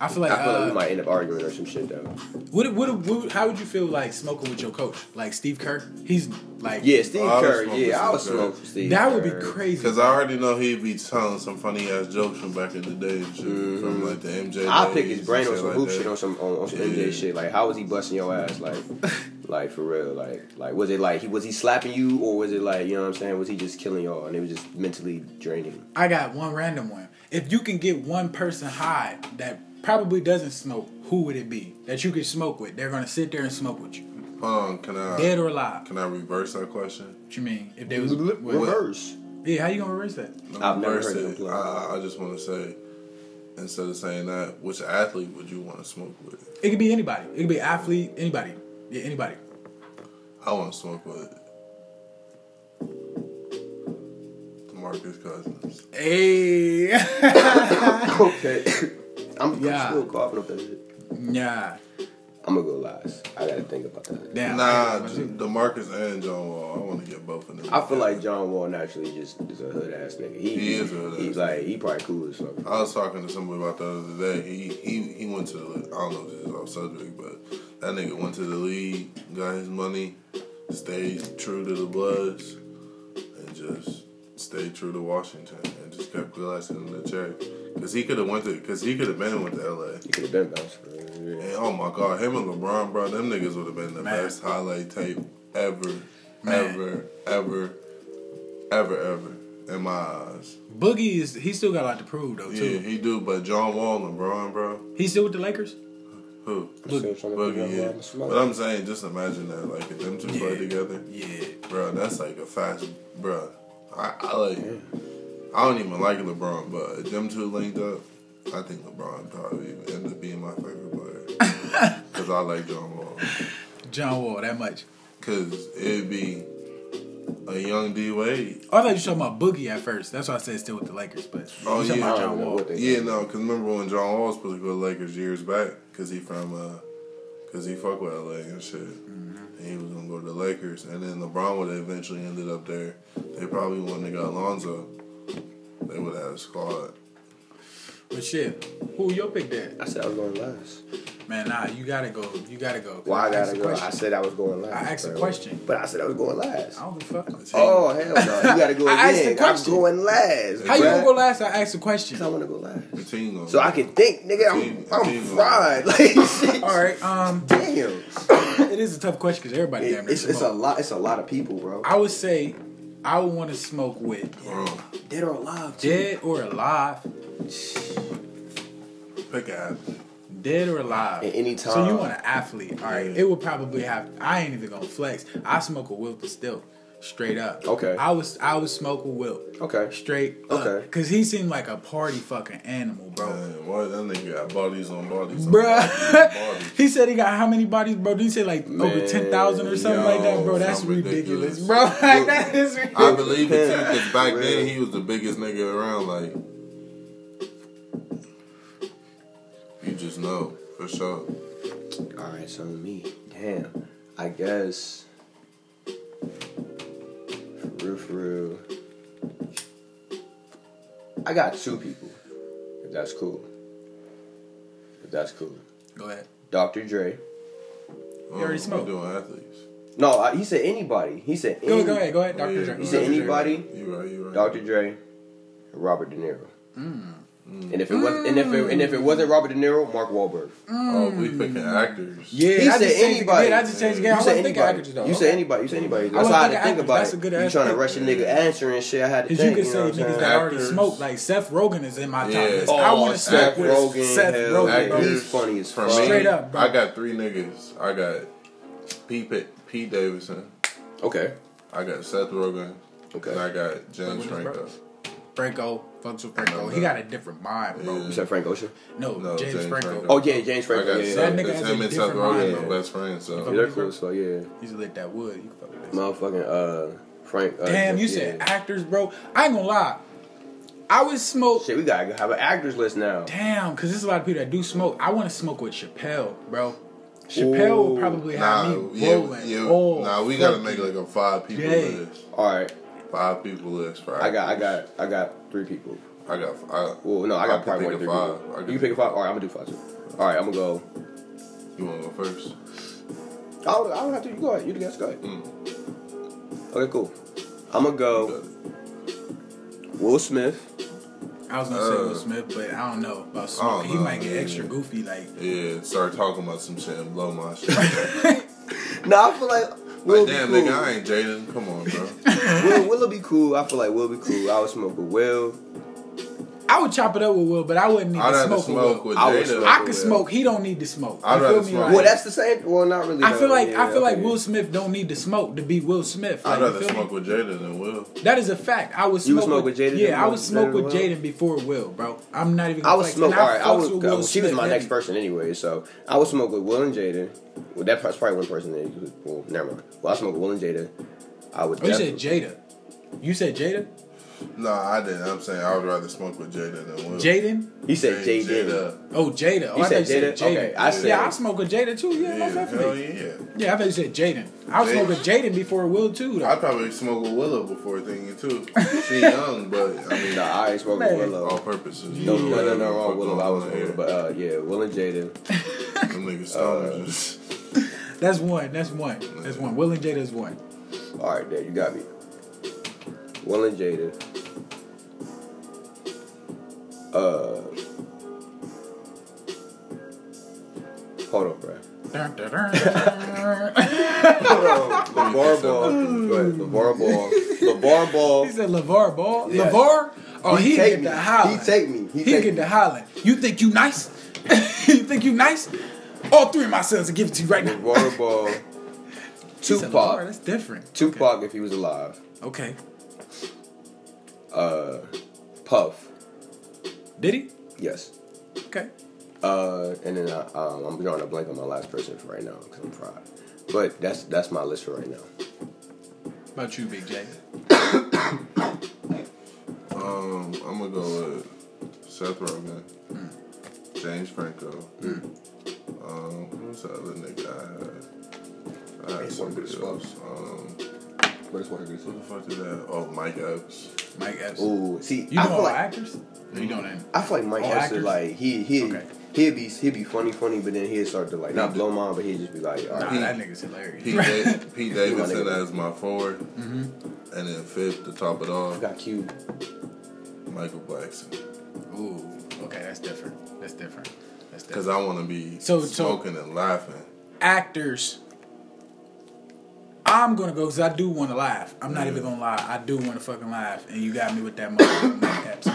S2: I feel like,
S1: I feel like we
S2: uh,
S1: might end up arguing or some shit though.
S2: what, what, what, how would you feel like smoking with your coach, like Steve Kerr? He's like,
S1: Yeah, Steve
S3: Oh, I would
S1: Kerr.
S3: smoke with
S1: Yeah, I would
S3: Steve
S1: smoke
S3: Kerr.
S1: Steve.
S2: that would be
S1: Kerr.
S2: crazy.
S3: because I already know he'd be telling some funny ass jokes from back in the day and shit, from like the MJ.
S1: Mm-hmm. I pick
S3: days
S1: his brain on
S3: and
S1: some
S3: like
S1: hoop
S3: that.
S1: shit, on some on, on some
S3: Yeah.
S1: MJ shit. Like, how was he busting your ass? Like, like for real. Like, like was it like he was he slapping you or was it like you know what I'm saying? Was he just killing y'all and it was just mentally draining?
S2: I got one random one. If you can get one person high that probably doesn't smoke, who would it be that you could smoke with? They're gonna sit there and smoke with you,
S3: Um, can I
S2: dead or alive.
S3: can I reverse that question?
S2: What you mean? If they was,
S1: Reverse.
S2: yeah, how you gonna reverse that?
S1: I've never
S3: Reverse
S1: heard of
S3: it.
S1: him.
S3: I, I just want to say, instead of saying that, which athlete would you want to smoke with?
S2: It could be anybody. It could be athlete, anybody. Yeah, anybody.
S3: I want to smoke with Demarcus Cousins.
S2: Hey,
S1: okay. I'm,
S2: Yeah.
S1: I'm still coughing up that shit.
S2: yeah.
S1: I'm gonna go lies. I gotta think about that.
S2: Damn.
S3: Nah,
S2: I-
S3: Demarcus and John Wall. I want to get both of them.
S1: I feel like John Wall naturally just is a hood ass nigga. He,
S3: He is a hood
S1: He's
S3: ass
S1: like he probably cool as fuck.
S3: I was talking to somebody about the other day. He he he went to the I don't know if this is off subject, but that nigga went to the league, got his money, stayed true to the Bloods, and just stayed true to Washington, and just kept glassing the check. Cause he could have went to, cause he could have been with L.A.
S1: He could have been bounced. Yeah.
S3: And oh my God, him and LeBron, bro, them niggas would have been the
S2: Man.
S3: best highlight tape ever,
S2: Man.
S3: ever, ever, ever, ever in my eyes.
S2: Boogie is he still got a lot to prove though
S3: Yeah,
S2: too.
S3: he do, but John Wall, LeBron, bro.
S2: He's still with the Lakers.
S3: Who?
S1: Still trying to figure out
S3: Boogie,
S1: why
S3: yeah.
S1: I'm a smoker.
S3: But I'm saying, just imagine that, like, if them two play together,
S2: Yeah.
S3: bro, that's like a fast, bro. I, I like, I don't even like LeBron, but if them two linked up, I think LeBron probably end up being my favorite player because I like John Wall.
S2: John Wall that much.
S3: Because it'd be a young D Wade.
S2: Oh, I thought you were talking about Boogie at first. That's why I said still with the Lakers, but
S3: Oh,
S2: you talking
S3: yeah.
S1: I
S2: about
S1: don't
S2: John
S1: know
S2: Wall.
S1: what they
S3: Yeah, no, because remember when John Wall was supposed to go to Lakers years back because he from uh, because he fuck with LA and shit,
S2: Mm-hmm.
S3: and he was gonna go to the Lakers, and then LeBron would have eventually ended up there. They probably wouldn't have got Lonzo. They would have had a squad.
S2: But shit, who your pick there?
S1: I said I was going last.
S2: Man, nah, you gotta go. You gotta go.
S1: Why I gotta
S2: Ask a
S1: go? I
S2: question.
S1: said I was going last.
S2: I asked a
S1: bro.
S2: question.
S1: But I said I was going last.
S2: I don't give a fuck.
S1: Oh hell no! You gotta go again.
S2: I asked the question.
S1: I'm going last.
S2: How you gonna
S1: bruh.
S2: go last? I asked a
S1: I
S2: question.
S1: want to go last.
S3: The team gonna-
S1: So I can think, nigga. I'm,
S3: Team-
S1: I'm
S3: team.
S1: fried. Like shit.
S2: All right. Um,
S1: Damn.
S2: it is a tough question because everybody damn
S1: It-
S2: near
S1: it's, it's a
S2: smoke.
S1: lot. It's a lot of people, bro.
S2: I would say, I would want to smoke with
S3: Bro,
S1: Dead or alive. too.
S2: dead or alive,
S3: pick an athlete.
S2: dead or alive.
S1: At any
S2: So you
S1: time.
S2: want an athlete? All right.
S3: Yeah.
S2: It would probably have. I ain't even gonna flex. I smoke with Wilt still, straight up.
S1: Okay.
S2: I was I would smoke with Wilt.
S1: Okay.
S2: Straight up.
S1: Okay.
S2: Cause he seemed like a party fucking animal, bro.
S3: Man, why that nigga got bodies on bodies? on bodies on
S2: Bruh,
S3: bodies.
S2: he said he got how many bodies, bro? Did he say like over
S1: Man,
S2: ten thousand or something like that, bro?
S3: yo,
S2: That's
S3: something
S2: ridiculous,
S3: ridiculous.
S2: bro. Like that is ridiculous.
S3: I believe it too, because back then
S1: Yeah.
S3: he was the biggest nigga around. Like, you just know for sure.
S1: All right, so me. Damn. I guess. For real, for real. I got two people. If that's cool. If that's cool.
S2: Go ahead.
S1: Dr. Dre.
S3: You
S2: already smoked.
S3: Oh, Doing athletes.
S1: No, I, he said anybody. He said
S2: Go,
S1: any-
S2: go ahead, go ahead, Dr.
S3: Yeah,
S2: Dre.
S3: go
S1: He said
S3: ahead.
S1: anybody.
S3: You right, you right.
S2: Mm.
S1: Dr. Dre, Robert De Niro. And if it was, and if it, and if it wasn't Robert De Niro, Mark Wahlberg.
S3: Oh, we picking
S2: Mm.
S3: actors.
S2: Yeah,
S1: He
S2: I
S1: said
S2: just changed
S1: anybody.
S2: The, yeah, I just changed the game. I
S1: You said
S2: wasn't thinking
S1: anybody.
S2: actors though.
S1: You said anybody. You said anybody. That's
S2: wasn't
S1: how I had to
S2: thinking
S1: think
S2: actors.
S1: about
S2: That's
S1: it.
S2: a good
S1: You
S2: ass
S1: trying to
S2: pick.
S1: rush a nigga answer and shit. I had to
S2: Because you
S1: think.
S2: can
S1: know
S2: say
S1: what I'm
S2: niggas
S1: saying?
S2: that already
S3: Actors.
S2: smoked. Like Seth Rogen is in my top
S3: Yeah.
S2: list.
S3: Oh,
S2: I want to
S3: Seth
S2: smoke with Seth
S1: hell
S2: Rogan.
S1: yeah.
S2: bro.
S1: He's funny as
S3: for
S1: fuck.
S3: me.
S2: Straight up, bro.
S3: I got three niggas. I got Pete Pitt- Pete Davidson.
S1: Okay.
S3: I got Seth Rogen.
S1: Okay.
S3: And I got James
S2: Like, what is
S3: Franco.
S2: Franco, fucks with Franco. He got a different mind, bro.
S1: You said Frank Ocean.
S2: No,
S3: No,
S2: James,
S3: James
S2: Franco.
S3: Franco.
S1: Oh yeah, James
S3: I
S1: Franco.
S3: got
S1: yeah, yeah.
S3: Seth.
S2: That nigga
S3: it's
S2: has
S3: him
S2: a
S3: and Seth
S2: different
S3: Rogen
S2: mind,
S3: are
S2: bro.
S3: best friends.
S1: Yeah,
S3: So
S1: they're cool as fuck. Yeah.
S2: Oh, He's lit that wood. You can fuck with that.
S1: Motherfucking uh, Frank. Uh,
S2: Damn, you
S1: yeah.
S2: said actors, bro. I ain't gonna lie. I would smoke.
S1: Shit, we gotta have an actors list now.
S2: Damn, because there's a lot of people that do smoke. I want to smoke with Chappelle, bro. Chappelle
S1: Ooh.
S2: would probably have
S3: nah,
S2: me
S3: yeah,
S2: rolling.
S3: yeah,
S2: Oh,
S3: nah, we gotta make like a five people
S2: day.
S3: list.
S1: All right,
S3: Five people list. For
S1: I got, I
S3: actors.
S1: got, I got three people.
S3: I got. I,
S1: Well, no, I got
S3: can
S1: probably more than
S3: think
S1: three
S3: of
S1: people.
S3: five. I can
S1: you
S3: think
S1: pick a five. All right, I'm gonna do five. Too. All right, I'm gonna go.
S3: You wanna go first?
S1: I don't, I don't have to. You go ahead. You the guest. Go ahead.
S2: Mm.
S1: Okay, cool. I'm gonna go. Will Smith.
S2: I was gonna say Will
S3: Uh,
S2: Smith, but I don't know about smoke.
S3: don't
S2: He
S3: know,
S2: might get
S3: man.
S2: extra goofy. Like
S3: Yeah, start talking about some shit and blow my shit. like,
S1: No, I feel like Will be
S3: damn,
S1: cool.
S3: nigga, I ain't Jaden. Come on, bro.
S1: Will, Will be cool. I feel like Will be cool. I would smoke with Will.
S2: I would chop it up with Will, but I wouldn't even
S3: I'd have to
S2: smoke, with
S3: smoke
S2: Will.
S3: with
S1: I would
S3: Jada.
S1: smoke
S2: I could smoke. He don't need to smoke.
S3: I'd
S2: you feel
S3: rather
S2: me?
S3: smoke.
S2: Like,
S1: Well, that's the same. Well, not really.
S2: I
S1: though.
S2: feel like
S1: Yeah,
S2: I feel like
S1: okay.
S2: Will Smith don't need to smoke to be Will Smith. Like,
S3: I'd
S2: you
S3: rather
S2: feel me?
S3: smoke with Jada than Will.
S2: That is a fact. I would smoke,
S1: You would smoke with Jaden than
S2: Yeah, I
S1: Will-
S2: would smoke
S1: than
S2: with
S1: Will?
S2: Jaden before Will, bro. I'm not even.
S1: I
S2: gonna
S1: would
S2: flex.
S1: smoke.
S2: And
S1: All right, I
S2: fucks
S1: would.
S2: with
S1: uh,
S2: Will
S1: she was
S2: Smith,
S1: my next
S2: heavy.
S1: person anyway, so I would smoke with Will and Jada. Well, that part's probably one person that you could. Well, never mind. Well, I smoke with Will and Jada. I would.
S2: Oh, you said
S1: definitely-
S2: Jada. You said Jada.
S3: Nah, I didn't. I'm saying I would rather smoke with Jada than Will.
S2: Jaden.
S1: He said
S3: Jay-
S1: Jada.
S2: Oh, Jada. Oh,
S1: You
S2: I
S1: said
S2: thought you
S1: Jada?
S2: said Jaden.
S1: Okay, I said-
S2: Yeah, I smoke with Jada too. Yeah,
S3: Yeah,
S2: most
S3: hell
S2: definitely.
S3: yeah.
S2: Yeah, I thought you said Jaden. I would
S3: Jaden.
S2: smoke with Jaden before Will too. Though.
S3: I'd probably smoke with Willow before thinking too. She young, but I mean,
S1: Nah, I ain't smoke with
S2: Man.
S3: all
S1: Willow.
S3: purposes.
S1: No, no, no, no, wrong Willow. I was Willow, but uh, yeah, Will and Jada.
S3: them niggas
S1: uh,
S3: stoners.
S2: That's one. That's one. That's one. Will and Jada is one.
S1: All right, there you got me. Will and Jada. Uh, hold on, bro.
S2: Dun, dun, dun, dun, dun.
S1: LeVar Ball. Go ahead. LeVar Ball. LeVar Ball.
S2: He said LeVar Ball.
S1: Yeah.
S2: LeVar? Oh, he,
S1: take
S2: get
S1: me.
S2: to Holland.
S1: He take me. He
S2: He,
S1: take
S2: get
S1: me.
S2: to Holland. You think you nice? you think you nice? All three of my sons will give it to you right now.
S1: LeVar Ball.
S2: He said LeVar,
S1: Tupac.
S2: That's different.
S1: Tupac, if he was alive.
S2: Okay.
S1: Uh, Puff.
S2: Did he?
S1: Yes.
S2: Okay.
S1: Uh, and then I, um, I'm drawing a blank on my last person for right now because I'm fried. But that's that's my list for right now.
S2: About you, Big J.
S3: Um, I'm gonna go with Seth Rogen,
S1: Hmm.
S3: James Franco. Um, who's the other nigga I had? I
S1: Hey,
S3: had
S1: one
S3: somebody
S1: good
S3: else. Um,
S1: But it's what it is.
S3: who the fuck did that? Oh, Mike Epps.
S2: Mike Epps.
S1: Ooh, see,
S2: You
S1: I
S2: know
S1: feel
S2: all
S1: like
S2: actors? Or You don't know.
S1: I feel like Mike
S2: all
S1: Epps
S2: actors?
S1: is like he he
S2: Okay.
S1: he'd be he'd be funny funny, but then he'd start to like not blow mine, but he'd just be like, all
S2: Nah,
S1: right,
S2: that nigga's hilarious.
S3: Pete, da- Pete Davidson
S1: nigga.
S3: as my 4
S2: Mm-hmm.
S3: and then fifth to top it
S1: I
S3: off,
S1: got Q.
S3: Michael Blackson.
S2: Ooh. Okay, that's different. That's different. That's different.
S3: Cause I want to be
S2: So- so-
S3: smoking and laughing.
S2: actors. I'm gonna go because I do want to laugh. I'm not even gonna lie. I do want to fucking laugh, and you got me with that motherfucking Mike Epps.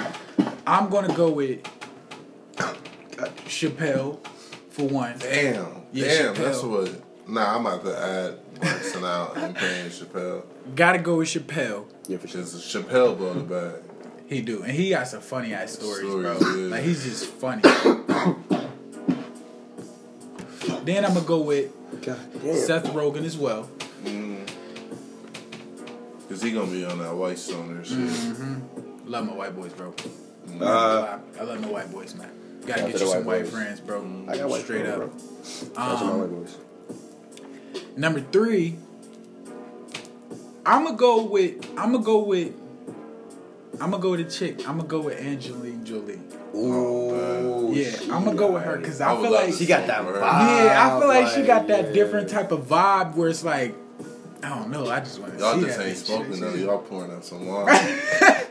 S2: I'm gonna go with Chappelle for one.
S3: Damn,
S2: Yeah,
S3: damn,
S2: Chappelle.
S3: that's what. Nah, I'm about to add Blackson out and paying Chappelle.
S2: Gotta go with Chappelle.
S1: Yeah, for sure.
S3: Cause Chappelle blow the bag.
S2: He do, and he got some funny ass stories, bro.
S3: Stories, yeah.
S2: Like he's just funny. then I'm gonna go with
S1: God damn.
S2: Seth Rogen as well.
S3: Cause he gonna be on that white stoner shit.
S2: Mm-hmm. Love my white boys, bro.
S1: Uh,
S2: I love my white boys, man.
S1: Shout
S2: Gotta
S1: out
S2: get
S1: to
S2: you
S1: the white
S2: some white
S1: boys.
S2: friends, bro.
S1: I got white
S2: Straight
S1: friends,
S2: up. Um,
S1: that's my white voice.
S2: Number three, I'ma go with I'ma go with I'ma go with a chick. I'ma go with Angeline Jolie.
S1: Ooh,
S2: oh, Yeah,
S1: she-
S2: I'ma go with her because I,
S3: I would
S2: feel
S3: love
S2: like
S3: to
S1: Oh, She got that
S3: Over her.
S1: vibe.
S2: yeah, I feel like she got that
S1: yeah.
S2: different type of vibe where it's like I don't know. I just want to
S3: Y'all
S2: see
S3: just
S2: that
S3: ain't
S2: bitch.
S3: smoking though. Y'all pouring up some wine. yeah,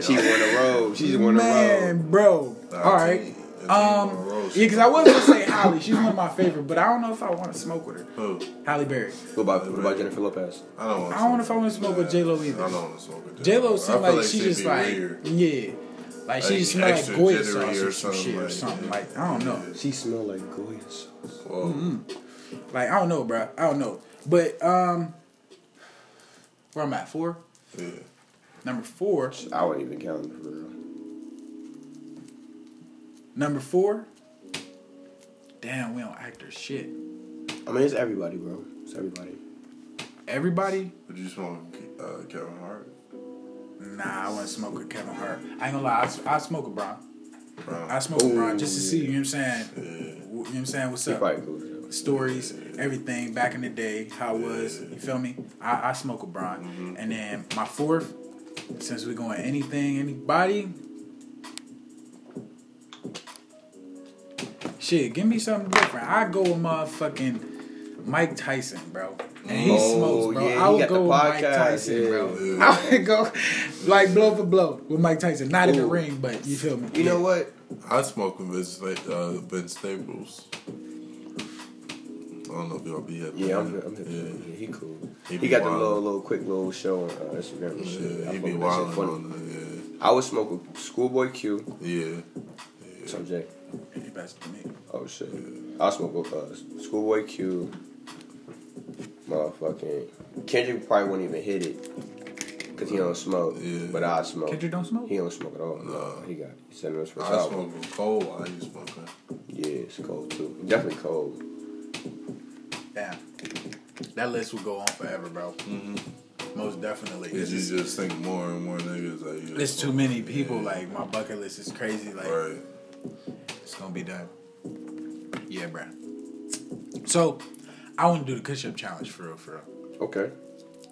S1: She won the road. She's won the road.
S2: Man, bro. All right. Um, yeah, because I was gonna say Holly. She's one of my favorite, but I don't know if I want to smoke with her.
S3: Who?
S2: Halle Berry.
S1: What about what about Jennifer Lopez?
S3: I don't want.
S2: I don't know if I wanna smoke with J-Lo either.
S3: I don't want to smoke with
S2: J
S3: J-Lo.
S2: Lo
S3: I
S2: seemed
S3: feel
S2: like, she
S3: she'd
S2: just
S3: be
S2: like
S3: weird.
S2: yeah, like she
S3: Like,
S2: just smelled like
S3: extra
S2: Goya
S3: jittery
S2: sauce
S3: or
S2: or some
S3: something
S2: shit or
S3: like-
S2: something. Like I don't know.
S1: She smelled like Goyas.
S3: Whoa.
S2: Like I don't know, bro. I don't know. But um, where I'm at four.
S3: Yeah.
S2: Number four.
S1: I wouldn't even count them for real.
S2: Number four. Damn, we don't act or shit.
S1: I mean, it's everybody, bro. It's everybody.
S2: Everybody.
S3: Would you smoke with, uh, Kevin Hart?
S2: Nah, I wouldn't smoke with Kevin Hart. I ain't gonna lie, I, I smoke with Bron.
S3: Brown.
S2: I smoke with Bron just to see you. You know what I'm saying? You know what I'm saying? What's
S1: He
S2: up?
S1: probably cool. as hell.
S2: stories, everything back in the day, how it was. You feel me? I, I smoke a bron.
S1: Mm-hmm.
S2: And then my fourth, since we're going anything, anybody. Shit, give me something different. I go with motherfucking Mike Tyson, bro. And he
S1: Oh,
S2: smokes, bro.
S1: yeah,
S2: I
S1: he
S2: would
S1: got
S2: go
S1: the
S2: with Mike
S1: podcast,
S2: Tyson,
S1: yeah.
S2: bro. I would go like blow for blow with Mike Tyson. Not in the
S1: Ooh.
S2: ring, but you feel me.
S1: You know what?
S3: I smoke with Vince, Sta- uh, Vince Staples. I don't know if y'all be happy.
S1: Yeah, I'm, I'm
S3: yeah.
S1: yeah, he cool.
S3: He
S1: He,
S3: be
S1: got the
S3: wild.
S1: little little quick little show on uh, Instagram and shit.
S3: Yeah,
S1: I
S3: he
S1: fuck
S3: be
S1: with that shit.
S3: wilding
S1: Funny.
S3: on
S1: I would smoke with Schoolboy Q.
S3: the yeah,
S1: So Jay.
S2: You best to me.
S1: Oh shit. I smoke with uh, Schoolboy Q. Motherfucking Kendrick probably wouldn't even hit it because he don't smoke.
S3: Yeah.
S1: But I smoke.
S2: Kendrick don't smoke?
S1: He don't smoke at all. No,
S3: No.
S1: he got cinnamon for
S3: yeah.
S1: his
S3: I
S1: album.
S3: smoke with Cole. I ain't smoking.
S1: Yeah, it's cold too. Definitely cold.
S2: Damn. That list will go on forever, bro. Most definitely.
S3: Cause
S2: Mm-hmm. It's, just-
S3: you just think more and more niggas like yeah,
S2: it's too many people. Like, my bucket list is crazy. Like,
S3: Right.
S2: it's going to be done. Yeah, bro. So, I want to do the Kush Up Challenge for real, for real.
S1: Okay.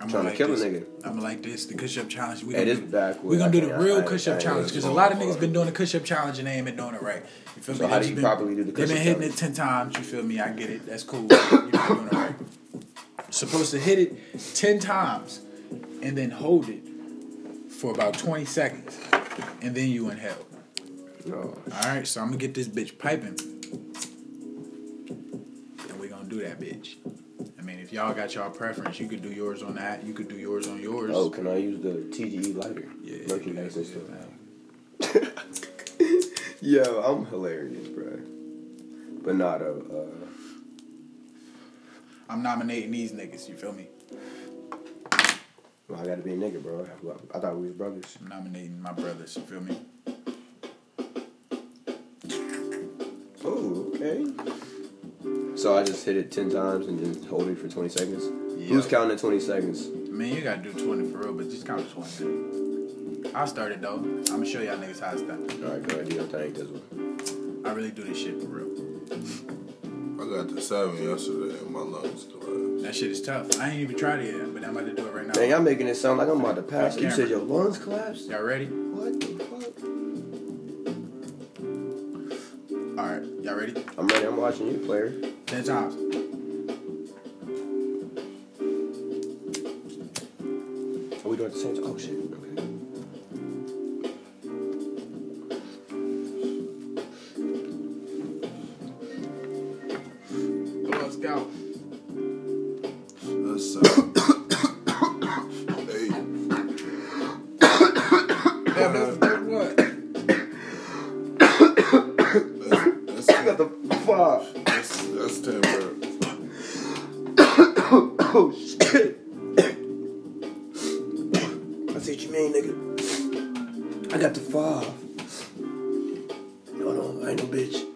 S2: I'm
S1: Tryna kill a
S2: this.
S1: nigga.
S2: I'm gonna like this, the Kush Up Challenge. We
S1: It
S2: gonna
S1: is
S2: do-
S1: backwards.
S2: We gonna do
S1: I
S2: the
S1: can't- I
S2: real
S1: ain't-
S2: Kush
S1: I
S2: Up
S1: ain't
S2: Challenge because a
S1: going
S2: lot of
S1: for
S2: niggas
S1: it.
S2: been doing the Kush Up Challenge and they ain't been doing it right. You feel
S1: So
S2: me?
S1: how
S2: They
S1: do
S2: just
S1: you
S2: been-
S1: properly do the
S2: They
S1: Kush
S2: been
S1: Up
S2: hitting it
S1: Challenge?
S2: ten times. You feel me? I get it. That's cool. You're not doing it right. Supposed to hit it ten times and then hold it for about twenty seconds and then you inhale.
S1: No.
S2: All right, so I'm gonna get this bitch piping, and we gonna do that bitch. I mean, if y'all got y'all preference, you could do yours on that. You could do yours on yours.
S1: Oh, can I use the TGE lighter?
S2: Yeah,
S1: Merchandise and
S2: yeah,
S1: stuff.
S2: yeah.
S1: Yo, I'm hilarious, bro. But not a. Uh,
S2: I'm nominating these niggas. You feel me?
S1: well, I gotta be a nigga, bro. I, I thought we was brothers.
S2: I'm nominating my brothers. You feel me?
S1: Oh, okay. So I just hit it ten times and then hold it for twenty seconds.
S2: Yeah.
S1: Who's counting at twenty seconds?
S2: I mean, you gotta do 20 for real, but just count to 20. I started though. I'm gonna show y'all niggas how it's done.
S1: All right, go ahead, do your thing. This one.
S2: I really do this shit for real.
S3: I got the seven yesterday and my lungs collapsed.
S2: That shit is tough. I ain't even tried it yet, but I'm about to do it right now.
S1: Man, y'all making it sound like I'm about to pass.
S2: Off
S1: You said
S2: camera.
S1: your lungs collapsed.
S2: Y'all ready?
S1: What the fuck?
S2: All right, y'all ready?
S1: I'm ready. I'm watching you, player.
S2: 10 times.
S1: Are we doing the same? Oh shit. Okay.
S2: Let's go.
S3: That's seven. Eight.
S2: That was good one.
S3: That's, that's,
S1: What the fuck?
S3: that's, that's ten, bro.
S1: Oh shit. I see what you mean, nigga. I got the five. Hold on, I ain't no bitch.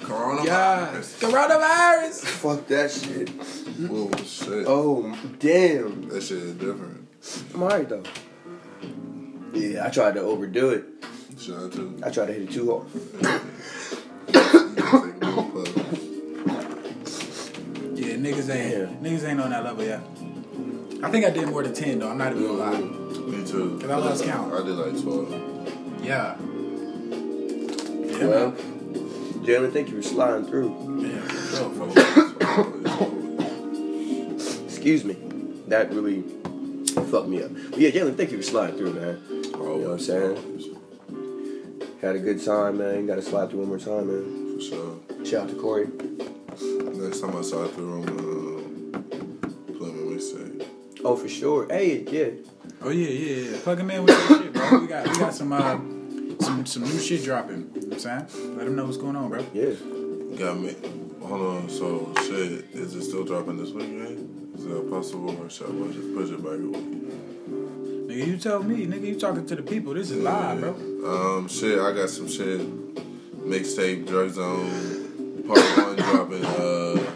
S3: Coronavirus.
S2: Yes. Coronavirus.
S1: Fuck that shit.
S3: Oh shit.
S1: Oh damn.
S3: That shit is different.
S1: I'm alright though. Yeah, I tried to overdo it.
S3: Shout out to
S1: I tried to hit it too hard.
S2: niggas ain't
S1: Yeah.
S2: niggas ain't on that level yet. I think I did more than ten though. I'm not even gonna lie.
S3: Me too.
S2: Cause I lost count.
S3: I did like twelve.
S2: Yeah. Yeah, man.
S1: Well, gentlemen, thank you for sliding through.
S2: Yeah, for sure, for sure.
S3: That's
S1: Excuse me. That really fucked me up. But yeah, gentlemen, thank you for sliding through, man. You know what I'm saying? Had a good time, man. You gotta slide through one more time, man.
S3: For sure.
S1: Shout out to Corey.
S3: Next time I saw the room, um, Plymouth mixtape.
S1: Oh, for sure. Hey, yeah.
S2: Oh yeah, yeah, yeah. Plug him in with your shit, bro. We got we got some uh some some new shit dropping. You know what I'm saying? Let him know what's going on, bro.
S1: Yeah.
S3: Got me. Hold on. So shit, is it still dropping this week, man? Is that possible, or should I just push it back a week?
S2: Nigga, you tell me, nigga, you talking to the people. This is live, bro.
S3: Um, shit, I got some shit. Mixtape, Drug Zone, Part 1 dropping uh,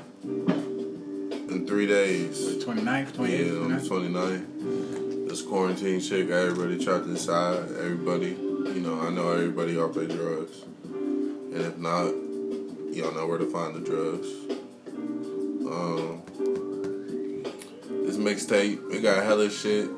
S3: in three days.
S2: 29th, 28th,
S3: Yeah, on the
S2: 29th.
S3: 29th. This quarantine shit got everybody trapped inside. Everybody, you know, I know everybody off their drugs. And if not, y'all know where to find the drugs. Um, this mixtape, it got hella shit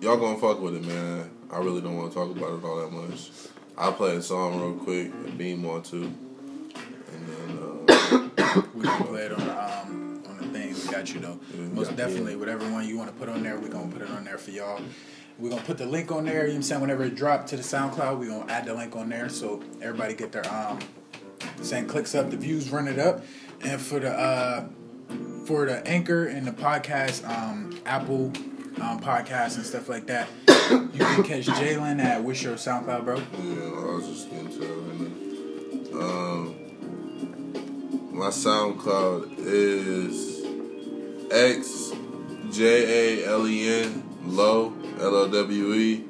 S3: y'all gonna fuck with it, man. I really don't want to talk about it all that much. I play a song real quick, a beam on too, and then uh,
S2: We gonna play it on the um on the thing. We got you though. Most definitely, whatever one you want to put on there, we gonna put it on there for y'all. We're gonna put the link on there. You know what I'm saying? Whenever it dropped to the SoundCloud, we gonna add the link on there so everybody get their um saying clicks up, the views run it up. And for the uh for the anchor and the podcast, um Apple um podcasts and stuff like that, you can catch Jalen at Wish Your SoundCloud, bro.
S3: yeah, I was just getting to it. Right now. Um, my SoundCloud is X J A L E N Low L O W E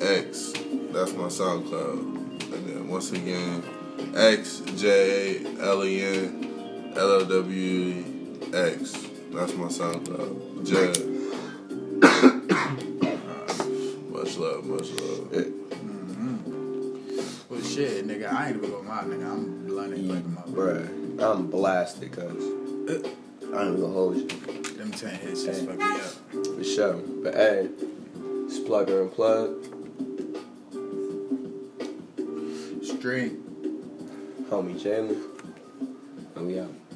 S3: X. That's my SoundCloud, and then once again, X J A L E N. L O W E X. That's my SoundCloud. Jed. much love, much love.
S2: Well shit, nigga, I ain't even gonna lie, nigga. I'm blunting like a motherfucker.
S1: Bruh, I'm blasted, cuz. I ain't gonna hold you.
S2: Them ten hits just fuck me up.
S1: For sure. But hey, it's plugger and plug.
S2: Straight.
S1: Homie Chandler. And we out.